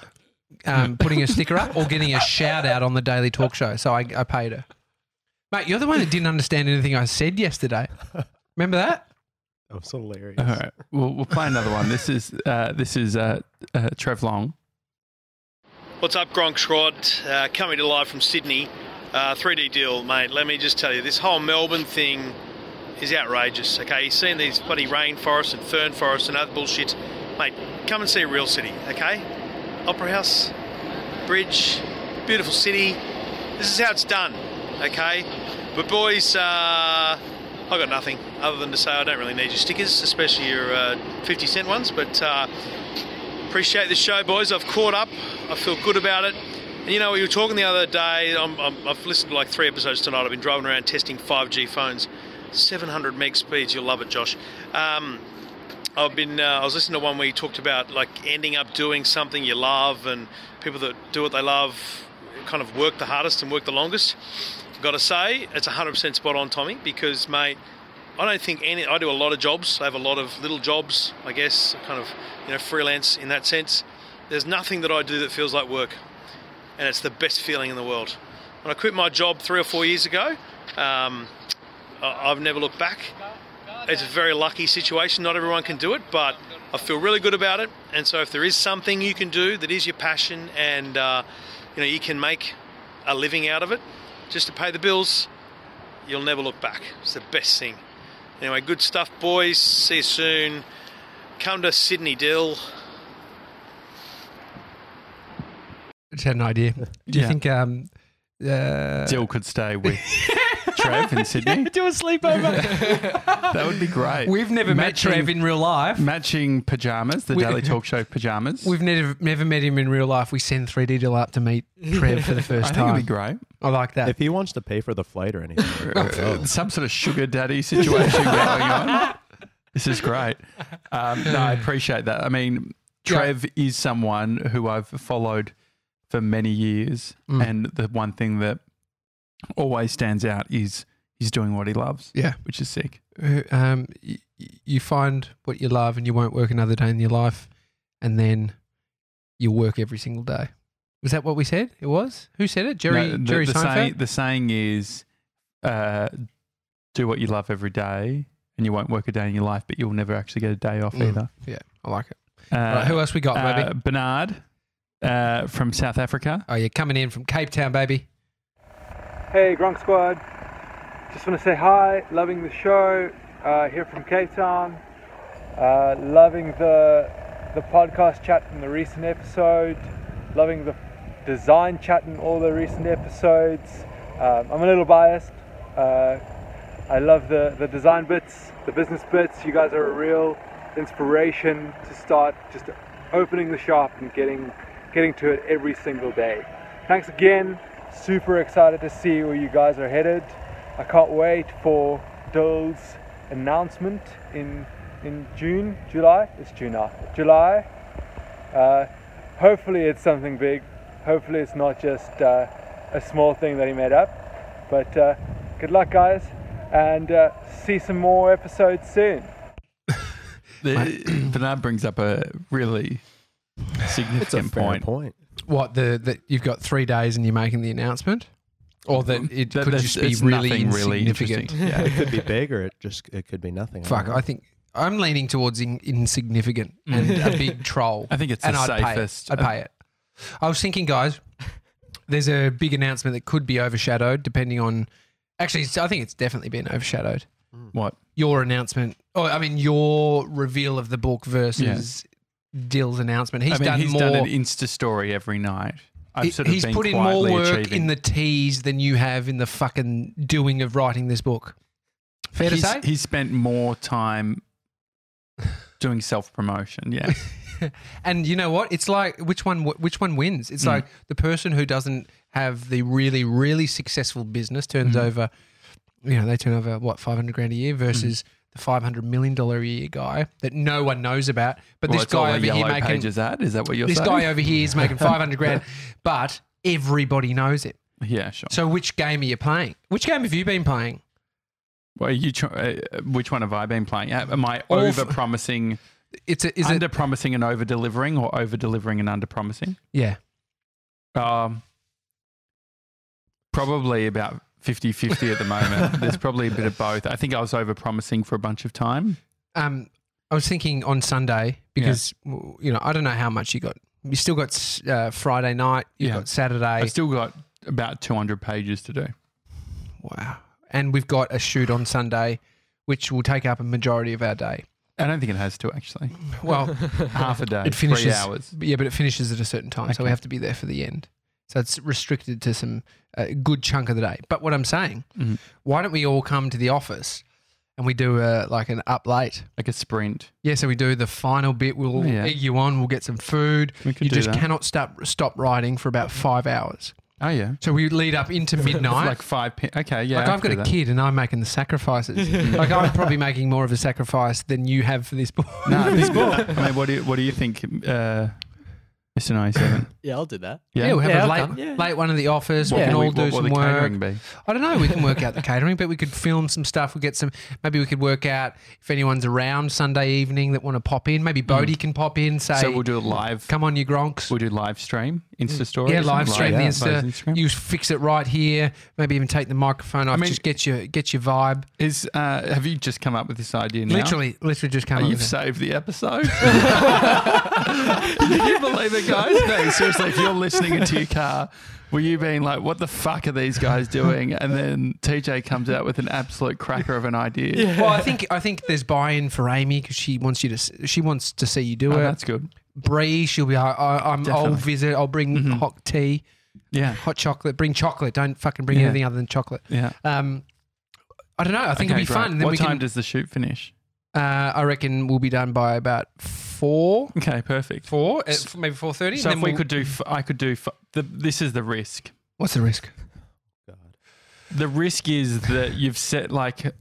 Speaker 2: Um, putting a sticker up or getting a shout out on the Daily Talk Show. So I, I paid her. Mate, you're the one that didn't understand anything I said yesterday. Remember that?
Speaker 4: That was hilarious.
Speaker 1: All right, we'll, we'll play another one. This is uh, this is uh, uh, Trev Long.
Speaker 7: What's up, Gronk Squad? Uh, coming to live from Sydney. Uh, 3D deal, mate. Let me just tell you, this whole Melbourne thing is outrageous. Okay, you're seeing these bloody rainforests and fern forests and other bullshit. Mate, come and see a real city, okay? Opera House, bridge, beautiful city. This is how it's done, okay? But boys, uh, I got nothing other than to say I don't really need your stickers, especially your uh, 50 cent ones. But uh, Appreciate the show, boys. I've caught up. I feel good about it. And you know, we were talking the other day. I'm, I'm, I've listened to like three episodes tonight. I've been driving around testing 5G phones, 700 meg speeds. You'll love it, Josh. Um, I've been. Uh, I was listening to one where you talked about like ending up doing something you love, and people that do what they love kind of work the hardest and work the longest. Got to say, it's 100% spot on, Tommy. Because mate, I don't think any. I do a lot of jobs. I have a lot of little jobs, I guess, kind of you know freelance in that sense. There's nothing that I do that feels like work, and it's the best feeling in the world. When I quit my job three or four years ago, um, I- I've never looked back. It's a very lucky situation. Not everyone can do it, but I feel really good about it. And so, if there is something you can do that is your passion, and uh, you know you can make a living out of it, just to pay the bills, you'll never look back. It's the best thing. Anyway, good stuff, boys. See you soon. Come to Sydney Dill.
Speaker 2: Just had an idea. Do you
Speaker 1: Yeah.
Speaker 2: think um, uh,
Speaker 1: Dill could stay with Trev in Sydney.
Speaker 2: do a sleepover?
Speaker 1: That would be great.
Speaker 2: We've never met Trev in real life.
Speaker 1: matching pajamas, the
Speaker 2: We-
Speaker 1: Daily Talk Show pajamas.
Speaker 2: We've never never met him in real life. We send 3D Dill up to meet Trev for the
Speaker 1: I
Speaker 2: first
Speaker 1: think
Speaker 2: time.
Speaker 1: it'd be great.
Speaker 2: I like that.
Speaker 4: If he wants to pay for the flight or anything,
Speaker 1: Uh, Some sort of sugar daddy situation going on. This is great. Um, no, I appreciate that. I mean,
Speaker 2: Yeah.
Speaker 1: Trev is someone who I've followed for many years,
Speaker 2: Mm.
Speaker 1: and the one thing that always stands out is he's doing what he loves,
Speaker 2: Yeah.
Speaker 1: which is sick.
Speaker 2: Uh, um, y- y- you find what you love and you won't work another day in your life, and then you'll work every single day. Was that what we said? It was. Who said it? Jerry.
Speaker 1: No, the,
Speaker 2: Jerry
Speaker 1: the
Speaker 2: Seinfeld.
Speaker 1: saying, the saying is, uh, do what you love every day, and you won't work a day in your life, but you'll never actually get a day off
Speaker 2: Mm.
Speaker 1: either.
Speaker 2: Yeah, I like it.
Speaker 1: Uh,
Speaker 2: All right, who else we got, baby?
Speaker 1: uh, Bernard uh, from South Africa.
Speaker 2: Oh, you're coming in from Cape Town, baby.
Speaker 8: Hey, Gronk Squad. Just want to say hi. Loving the show. Uh, here from Cape Town. Uh, loving the the podcast chat from the recent episode. Loving the design chat in all the recent episodes. Um, I'm a little biased. Uh, I love the, the design bits, the business bits. You guys are a real inspiration to start just opening the shop and getting getting to it every single day. Thanks again. Super excited to see where you guys are headed. I can't wait for Dill's announcement in in June, July. It's June now. July. Uh, hopefully it's something big. Hopefully it's not just uh, a small thing that he made up. But uh, good luck, guys, and uh, see some more episodes soon.
Speaker 1: The, Bernard brings up a really
Speaker 4: it's a
Speaker 1: significant
Speaker 4: fair
Speaker 1: point.
Speaker 4: point. point.
Speaker 2: What the that you've got three days and you're making the announcement, or that it
Speaker 1: Mm, That-
Speaker 2: could
Speaker 1: that's-
Speaker 2: just be
Speaker 1: it's
Speaker 2: really
Speaker 1: nothing really
Speaker 2: insignificant.
Speaker 1: interesting.
Speaker 4: It could be big or it just it could be nothing. I
Speaker 2: Fuck,
Speaker 4: don't know.
Speaker 2: I think I'm leaning towards in, insignificant and a big troll.
Speaker 1: I think it's
Speaker 2: and
Speaker 1: the
Speaker 2: I'd
Speaker 1: safest. uh,
Speaker 2: Pay it. I'd pay it. I was thinking, guys, there's a big announcement that could be overshadowed depending on. Actually, it's- I think it's definitely been overshadowed.
Speaker 1: What?
Speaker 2: Your announcement, or I mean, your reveal of the book versus Dill's announcement. He's
Speaker 1: I mean,
Speaker 2: done
Speaker 1: he's
Speaker 2: more.
Speaker 1: done an Insta story every night. I've
Speaker 2: he-
Speaker 1: sort of
Speaker 2: he's
Speaker 1: been
Speaker 2: put in more
Speaker 1: quietly
Speaker 2: work
Speaker 1: achieving.
Speaker 2: in the tease than you have in the fucking doing of writing this book. Fair
Speaker 1: he's,
Speaker 2: to say?
Speaker 1: He spent more time doing self promotion. Yeah.
Speaker 2: And you know what? It's like which one which one wins?
Speaker 1: Hmm.
Speaker 2: It's like the person who doesn't have the really really successful business turns
Speaker 1: Hmm.
Speaker 2: over, you know, they turn over what five hundred grand a year
Speaker 1: Hmm.
Speaker 2: versus the five hundred million dollar a year guy that no one knows about. But
Speaker 1: Well,
Speaker 2: this
Speaker 1: it's all
Speaker 2: guy
Speaker 1: a
Speaker 2: over
Speaker 1: yellow
Speaker 2: here making
Speaker 1: pages ad. Is that what you're
Speaker 2: this
Speaker 1: saying?
Speaker 2: guy over here is making five hundred grand, but everybody knows it.
Speaker 1: yeah, sure.
Speaker 2: So which game are you playing? Which game have you been playing?
Speaker 1: Well, you tr- uh, which one have I been playing? Am I
Speaker 2: All f-
Speaker 1: over promising,
Speaker 2: It's a, is
Speaker 1: under
Speaker 2: it
Speaker 1: promising and over delivering, or over delivering and under promising?
Speaker 2: yeah
Speaker 1: Um, probably about 50 50 at the moment. There's probably a bit of both. I think I was over promising for a bunch of time.
Speaker 2: um, I was thinking on Sunday because w you know I don't know how much you got. You still got s- uh, Friday night. You
Speaker 1: Yeah.
Speaker 2: have got Saturday.
Speaker 1: I still got about 200 pages to do.
Speaker 2: wow. And we've got a shoot on Sunday, which will take up a majority of our day.
Speaker 1: I don't think it has to actually.
Speaker 2: Well,
Speaker 1: Half a day,
Speaker 2: it finishes.
Speaker 1: three hours.
Speaker 2: Yeah, but it finishes at a certain time, so we
Speaker 1: Okay.
Speaker 2: have to be there for the end. So it's restricted to some a good chunk of the day. But what I'm saying,
Speaker 1: Mhm.
Speaker 2: why don't we all come to the office? and we do a, like an up late.
Speaker 1: like a sprint.
Speaker 2: Yeah, so we do the final bit. We'll
Speaker 1: Oh, Yeah.
Speaker 2: egg you on. We'll get some food.
Speaker 1: We could
Speaker 2: You
Speaker 1: do
Speaker 2: just
Speaker 1: that.
Speaker 2: cannot stop stop riding for about five hours.
Speaker 1: Oh yeah,
Speaker 2: So we lead up into midnight.
Speaker 1: like five. P- okay, yeah.
Speaker 2: Like
Speaker 1: I
Speaker 2: I've
Speaker 1: could
Speaker 2: got
Speaker 1: do
Speaker 2: a
Speaker 1: that.
Speaker 2: kid and I'm making the sacrifices. like I'm probably making more of a sacrifice than you have for this book.
Speaker 1: No, I think- I mean, what do you, what do you think, uh, Mister Ninety Seven?
Speaker 5: Yeah, I'll do that.
Speaker 2: Yeah, we'll have
Speaker 3: Yeah,
Speaker 2: a
Speaker 3: okay.
Speaker 2: late, late one in the office. We
Speaker 1: What
Speaker 2: can
Speaker 1: will
Speaker 2: all
Speaker 1: we-
Speaker 2: do
Speaker 1: what will
Speaker 2: some
Speaker 1: the
Speaker 2: work.
Speaker 1: catering be?
Speaker 2: I don't know. We can work out the catering, but we could film some stuff. We'll get some. Maybe we could work out if anyone's around Sunday evening that want to pop in. Maybe Bodie can pop in. Say,
Speaker 1: Hmm. So we'll do a live.
Speaker 2: come on, you Gronks.
Speaker 1: We'll do live stream, Insta story.
Speaker 2: yeah,
Speaker 1: or something
Speaker 2: live
Speaker 1: like
Speaker 2: stream
Speaker 1: that.
Speaker 2: the Insta.
Speaker 1: Live Instagram.
Speaker 2: You fix it right here. Maybe even take the microphone off.
Speaker 1: mean-
Speaker 2: just get your get your vibe.
Speaker 1: Is uh, have you just come up with this idea now?
Speaker 2: Literally, literally just
Speaker 1: Oh,
Speaker 2: come. up
Speaker 1: you've
Speaker 2: with it.
Speaker 1: saved the episode. Can you believe it, guys? No, seriously, if you're listening into your car, were you being like, what the fuck are these guys doing? And then TJ comes out with an absolute cracker of an idea.
Speaker 2: well, I think I think there's buy-in for Amy because she wants you to s- she wants to see you do
Speaker 1: Oh,
Speaker 2: it.
Speaker 1: that's good.
Speaker 2: Bree, she'll be like, I, I'm, I'll
Speaker 1: Definitely. Mm-hmm.
Speaker 2: visit. I'll bring hot tea,
Speaker 1: Yeah.
Speaker 2: hot chocolate. Bring chocolate. Don't fucking bring
Speaker 1: Yeah.
Speaker 2: anything other than chocolate.
Speaker 1: Yeah.
Speaker 2: Um, I don't know. I think
Speaker 1: Okay,
Speaker 2: it'll be
Speaker 1: great.
Speaker 2: fun. Then
Speaker 1: what
Speaker 2: we
Speaker 1: time
Speaker 2: can.
Speaker 1: does the shoot finish?
Speaker 2: uh, I reckon we'll be done by about four,
Speaker 1: Okay, perfect.
Speaker 2: four, uh, f- maybe four thirty.
Speaker 1: So if we could do, f- I could do. F- the, this is the risk.
Speaker 2: What's the risk?
Speaker 1: The risk is that you've set like.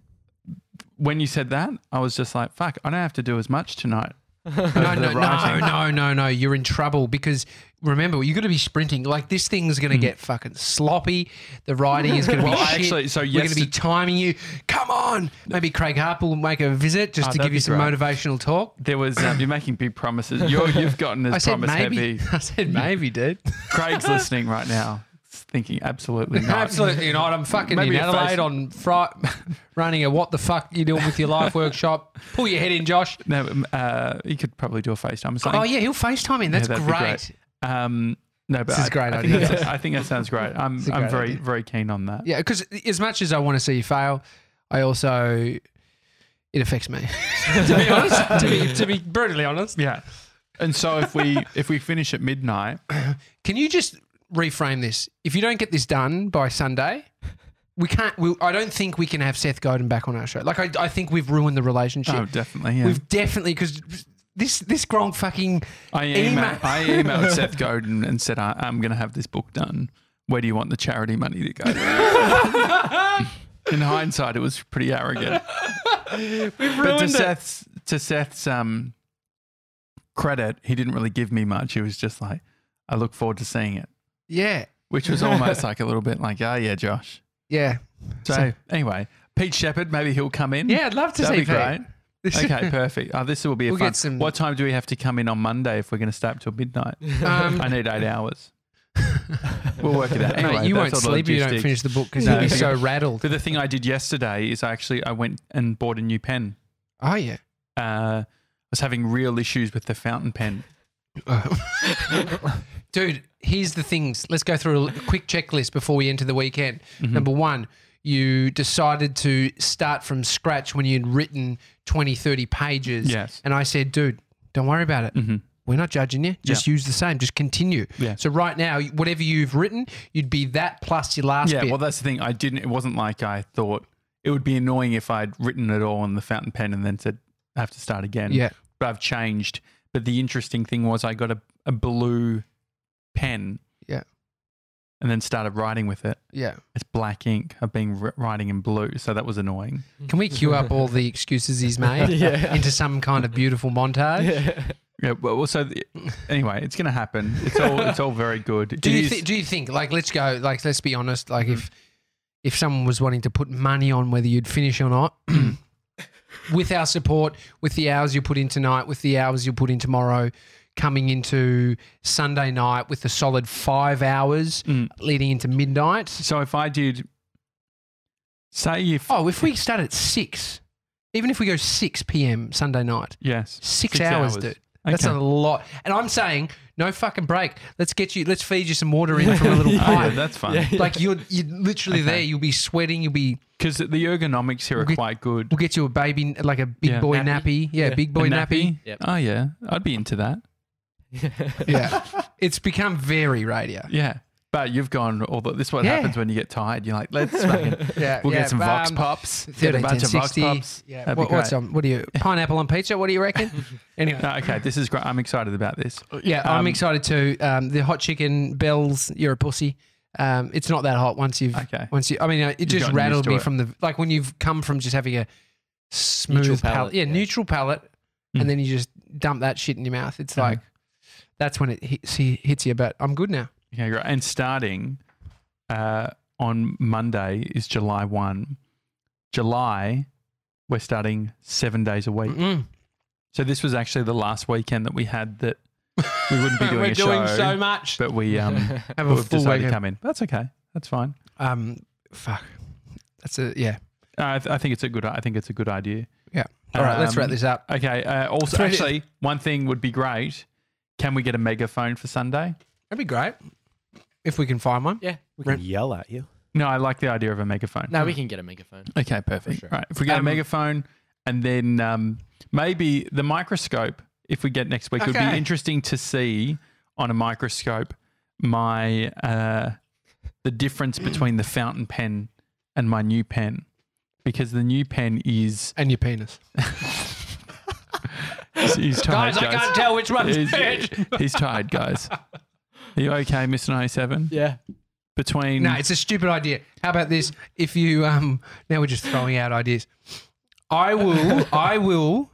Speaker 1: When you said that, I was just like, "Fuck! I don't have to do as much tonight."
Speaker 2: No,
Speaker 1: the
Speaker 2: no, no,
Speaker 1: writing.
Speaker 2: no, no, no. You're in trouble because remember you're going to be sprinting. Like this thing's going to get fucking sloppy. The riding is going to
Speaker 1: Hmm. Well,
Speaker 2: be
Speaker 1: I
Speaker 2: shit.
Speaker 1: actually- so
Speaker 2: we're going to be
Speaker 1: yester-
Speaker 2: timing you. Come on, maybe Craig Harper will make a visit just
Speaker 1: Oh,
Speaker 2: to
Speaker 1: that'd
Speaker 2: give you
Speaker 1: be
Speaker 2: some
Speaker 1: great.
Speaker 2: motivational talk.
Speaker 1: There was um, you're making big promises. You're, you've gotten as
Speaker 2: I said
Speaker 1: promise
Speaker 2: maybe.
Speaker 1: heavy.
Speaker 2: I said maybe, dude.
Speaker 1: Craig's listening right now, thinking absolutely not.
Speaker 2: Absolutely not. I'm fucking
Speaker 1: Maybe
Speaker 2: in
Speaker 1: a face-
Speaker 2: Adelaide on Friday, running a what the fuck you doing with your life workshop. Pull your head in, Josh.
Speaker 1: No, um, uh, he could probably do a FaceTime or something.
Speaker 2: Oh yeah, he'll FaceTime in. That's
Speaker 1: that'd be
Speaker 2: great.
Speaker 1: Um, no, but
Speaker 2: This
Speaker 1: I,
Speaker 2: is a great
Speaker 1: I think,
Speaker 2: idea.
Speaker 1: that's- I think that sounds great. I'm,
Speaker 2: a
Speaker 1: I'm
Speaker 2: great
Speaker 1: very,
Speaker 2: idea.
Speaker 1: very keen on that.
Speaker 2: Yeah, because as much as I want to see you fail, I also it affects me. to be honest, to be, to be brutally honest,
Speaker 1: Yeah. And so if we if we finish at midnight,
Speaker 2: can you just reframe this? If you don't get this done by Sunday, we can't. We, I don't think we can have Seth Godin back on our show. Like I, I think we've ruined the relationship.
Speaker 1: oh, definitely. Yeah.
Speaker 2: We've definitely because this this Gronk fucking
Speaker 1: I
Speaker 2: email-
Speaker 1: emailed, I emailed Seth Godin and said, I, I'm going to have this book done. Where do you want the charity money to go? In hindsight, it was pretty arrogant. but to Seth's, to Seth's um, credit, he didn't really give me much. He was just like, I look forward to seeing it,
Speaker 2: yeah
Speaker 1: which was almost like a little bit like, oh, yeah, Josh.
Speaker 2: yeah
Speaker 1: So,
Speaker 2: So-
Speaker 1: anyway, Pete Shepherd, maybe he'll come in.
Speaker 2: yeah. I'd love to
Speaker 1: That'd
Speaker 2: see
Speaker 1: be great. Okay, perfect. Oh, this will be a
Speaker 2: We'll
Speaker 1: fun.
Speaker 2: get some-
Speaker 1: What time do we have to come in on Monday if we're going to stay up till midnight?
Speaker 2: great. Um,
Speaker 1: I need eight hours. we'll work it out.
Speaker 2: mate,
Speaker 1: Anyway,
Speaker 2: you
Speaker 1: that's
Speaker 2: won't
Speaker 1: all the
Speaker 2: sleep if you don't
Speaker 1: logistics.
Speaker 2: finish the book because
Speaker 1: No.
Speaker 2: you'll be so rattled.
Speaker 1: But the thing I did yesterday is I actually I went and bought a new pen.
Speaker 2: Oh yeah.
Speaker 1: Uh, I was having real issues with the fountain pen.
Speaker 2: Dude, here's the things. Let's go through a quick checklist before we enter the weekend. Number one, you decided to start from scratch when you'd written 20, 30 pages.
Speaker 1: Yes.
Speaker 2: And I said, dude, don't worry about it. We're not judging you. Just use the same. Just continue.
Speaker 1: Yeah.
Speaker 2: So right now, whatever you've written, you'd be that plus your last
Speaker 1: Yeah,
Speaker 2: bit.
Speaker 1: well that's the thing. I didn't. It wasn't like I thought it would be annoying if I'd written it all on the fountain pen and then said I have to start again.
Speaker 2: Yeah.
Speaker 1: but I've changed. But the interesting thing was I got a, a blue pen.
Speaker 2: Yeah.
Speaker 1: and then started writing with it.
Speaker 2: yeah.
Speaker 1: It's black ink. I've been r- writing in blue, so that was annoying.
Speaker 2: Can we queue up all the excuses he's made
Speaker 5: Yeah.
Speaker 2: into some kind of beautiful montage?
Speaker 1: Yeah. Well, well, so the- anyway, it's going to happen. It's all it's all very good.
Speaker 2: Do
Speaker 1: It
Speaker 2: you
Speaker 1: is- Mm-hmm.
Speaker 2: thi- do you think like let's go like let's be honest like if if someone was wanting to put money on whether you'd finish or not with our support with the hours you put in tonight with the hours you put in tomorrow coming into Sunday night with a solid 5 hours
Speaker 1: Mm.
Speaker 2: leading into midnight
Speaker 1: so if I did, say if
Speaker 2: oh if we start at 6 even if we go 6 p.m. Sunday night
Speaker 1: yes,
Speaker 2: 6, hours, dude That's
Speaker 1: Okay.
Speaker 2: a lot, and I'm saying no fucking break. Let's get you. Let's feed you some water in from a little
Speaker 1: Oh, yeah,
Speaker 2: pipe.
Speaker 1: that's fun.
Speaker 2: Like you're you're literally there. You'll be sweating. You'll be.
Speaker 1: Because the ergonomics here are
Speaker 2: Okay.
Speaker 1: quite good.
Speaker 2: We'll get you a baby, like a big
Speaker 1: Yeah.
Speaker 2: boy
Speaker 5: Nappy.
Speaker 2: nappy. Yeah, big boy
Speaker 1: A
Speaker 2: nappy.
Speaker 5: Yep.
Speaker 1: Oh yeah, I'd be into that.
Speaker 2: Yeah, it's become very radio.
Speaker 1: Yeah. But you've gone all the, this is what
Speaker 2: Yeah.
Speaker 1: happens when you get tired. You're like, let's fucking,
Speaker 2: Yeah,
Speaker 1: we'll
Speaker 2: yeah,
Speaker 1: get some Vox
Speaker 2: um,
Speaker 1: Pops. Get a
Speaker 2: 13,
Speaker 1: bunch of Vox
Speaker 2: 60.
Speaker 1: Pops.
Speaker 2: Yeah.
Speaker 1: That'd
Speaker 2: What,
Speaker 1: be
Speaker 2: what's
Speaker 1: great.
Speaker 2: um? What do you pineapple on pizza? What do you reckon? anyway,
Speaker 1: No, okay, this is great. I'm excited about this.
Speaker 2: yeah, I'm
Speaker 1: um,
Speaker 2: excited too. Um, the hot chicken bells. You're a pussy. Um, it's not that hot once you've
Speaker 1: Okay.
Speaker 2: once you. I mean, uh, it just
Speaker 1: gotten used
Speaker 2: rattled
Speaker 1: to
Speaker 2: me
Speaker 1: it.
Speaker 2: from the like when you've come from just having a smooth
Speaker 5: Neutral
Speaker 2: palate,
Speaker 5: palate,
Speaker 2: yeah,
Speaker 5: yeah.
Speaker 2: neutral palate,
Speaker 1: Mm.
Speaker 2: and then you just dump that shit in your mouth. It's
Speaker 1: Mhm.
Speaker 2: like that's when it hits, hits you. But I'm good now.
Speaker 1: Okay, great. And starting uh, on Monday is July 1. July, we're starting seven days a week.
Speaker 2: Mm-mm.
Speaker 1: So this was actually the last weekend that we had that we wouldn't be doing
Speaker 2: We're
Speaker 1: a
Speaker 2: doing
Speaker 1: show.
Speaker 2: so much.
Speaker 1: but we um
Speaker 2: Have a
Speaker 1: we've
Speaker 2: full
Speaker 1: decided
Speaker 2: weekend.
Speaker 1: to come in. That's okay. That's fine.
Speaker 2: Um, fuck. That's a yeah.
Speaker 1: Uh, I, th- I think it's a good. I think it's a good idea.
Speaker 2: Yeah. All right, let's wrap
Speaker 1: Um,
Speaker 2: this up.
Speaker 1: Okay. Uh, also,
Speaker 2: Three-
Speaker 1: actually, one thing would be great. Can we get a megaphone for Sunday?
Speaker 2: That'd be great if we can find one.
Speaker 5: Yeah.
Speaker 4: We can yell at you.
Speaker 1: No, I like the idea of a megaphone.
Speaker 5: No, we can get a megaphone.
Speaker 1: Okay, perfect.
Speaker 5: sure.
Speaker 1: Right. If we get
Speaker 2: Um,
Speaker 1: a megaphone and then um, maybe the microscope, if we get next week, it would
Speaker 2: Okay.
Speaker 1: be interesting to see on a microscope my uh, the difference between the fountain pen and my new pen. Because the new pen is
Speaker 2: And your penis.
Speaker 1: he's tired, guys.
Speaker 2: tell which one's
Speaker 1: He's, he's tired, guys. Are you okay, Mister Ninety Seven?
Speaker 5: Yeah.
Speaker 1: Between
Speaker 2: No, it's a stupid idea. How about this? If you um now we're just throwing out ideas. I will I will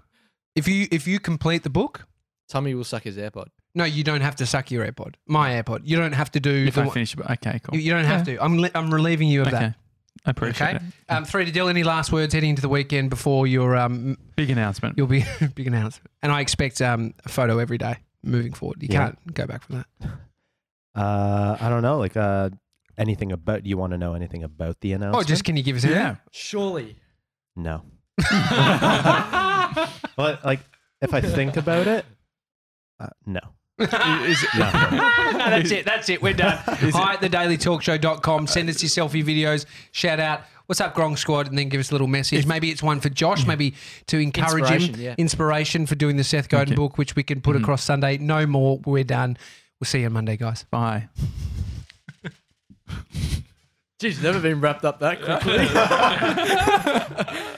Speaker 2: if you if you complete the book,
Speaker 5: Tommy will suck his AirPod.
Speaker 2: no, you don't have to suck your AirPod. My AirPod. You don't have to do
Speaker 1: if
Speaker 2: the
Speaker 1: I
Speaker 2: one-
Speaker 1: finish, it- okay, cool.
Speaker 2: you, you don't have to. I'm li- I'm relieving you of
Speaker 1: okay,
Speaker 2: that.
Speaker 1: I appreciate
Speaker 2: Okay.
Speaker 1: it.
Speaker 2: Um three to deal any last words heading into the weekend before your um
Speaker 1: Big announcement.
Speaker 2: you'll be big announcement. And I expect um a photo every day moving forward. You
Speaker 4: Yeah.
Speaker 2: can't go back from that.
Speaker 4: Uh, I don't know, like uh, anything about. Do you want to know anything about the
Speaker 2: Oh,
Speaker 4: announcement?
Speaker 2: just can you give us a
Speaker 1: yeah.
Speaker 5: Surely.
Speaker 4: no. But like, if I think about it, uh, no.
Speaker 1: Is- is-
Speaker 2: no, that's it. That's it. We're done. Hi at thedailytalkshow.com. Send us your selfie videos. Shout out. What's up, Grong Squad? And then give us a little message. maybe it's one for Josh, maybe to encourage
Speaker 5: Inspiration,
Speaker 2: him.
Speaker 5: yeah.
Speaker 2: Inspiration for doing the Seth Godin
Speaker 1: Okay.
Speaker 2: book, which we can put across Sunday. No more. We're done. We'll see you on Monday, guys.
Speaker 1: Bye.
Speaker 5: Jeez, never been wrapped up that quickly.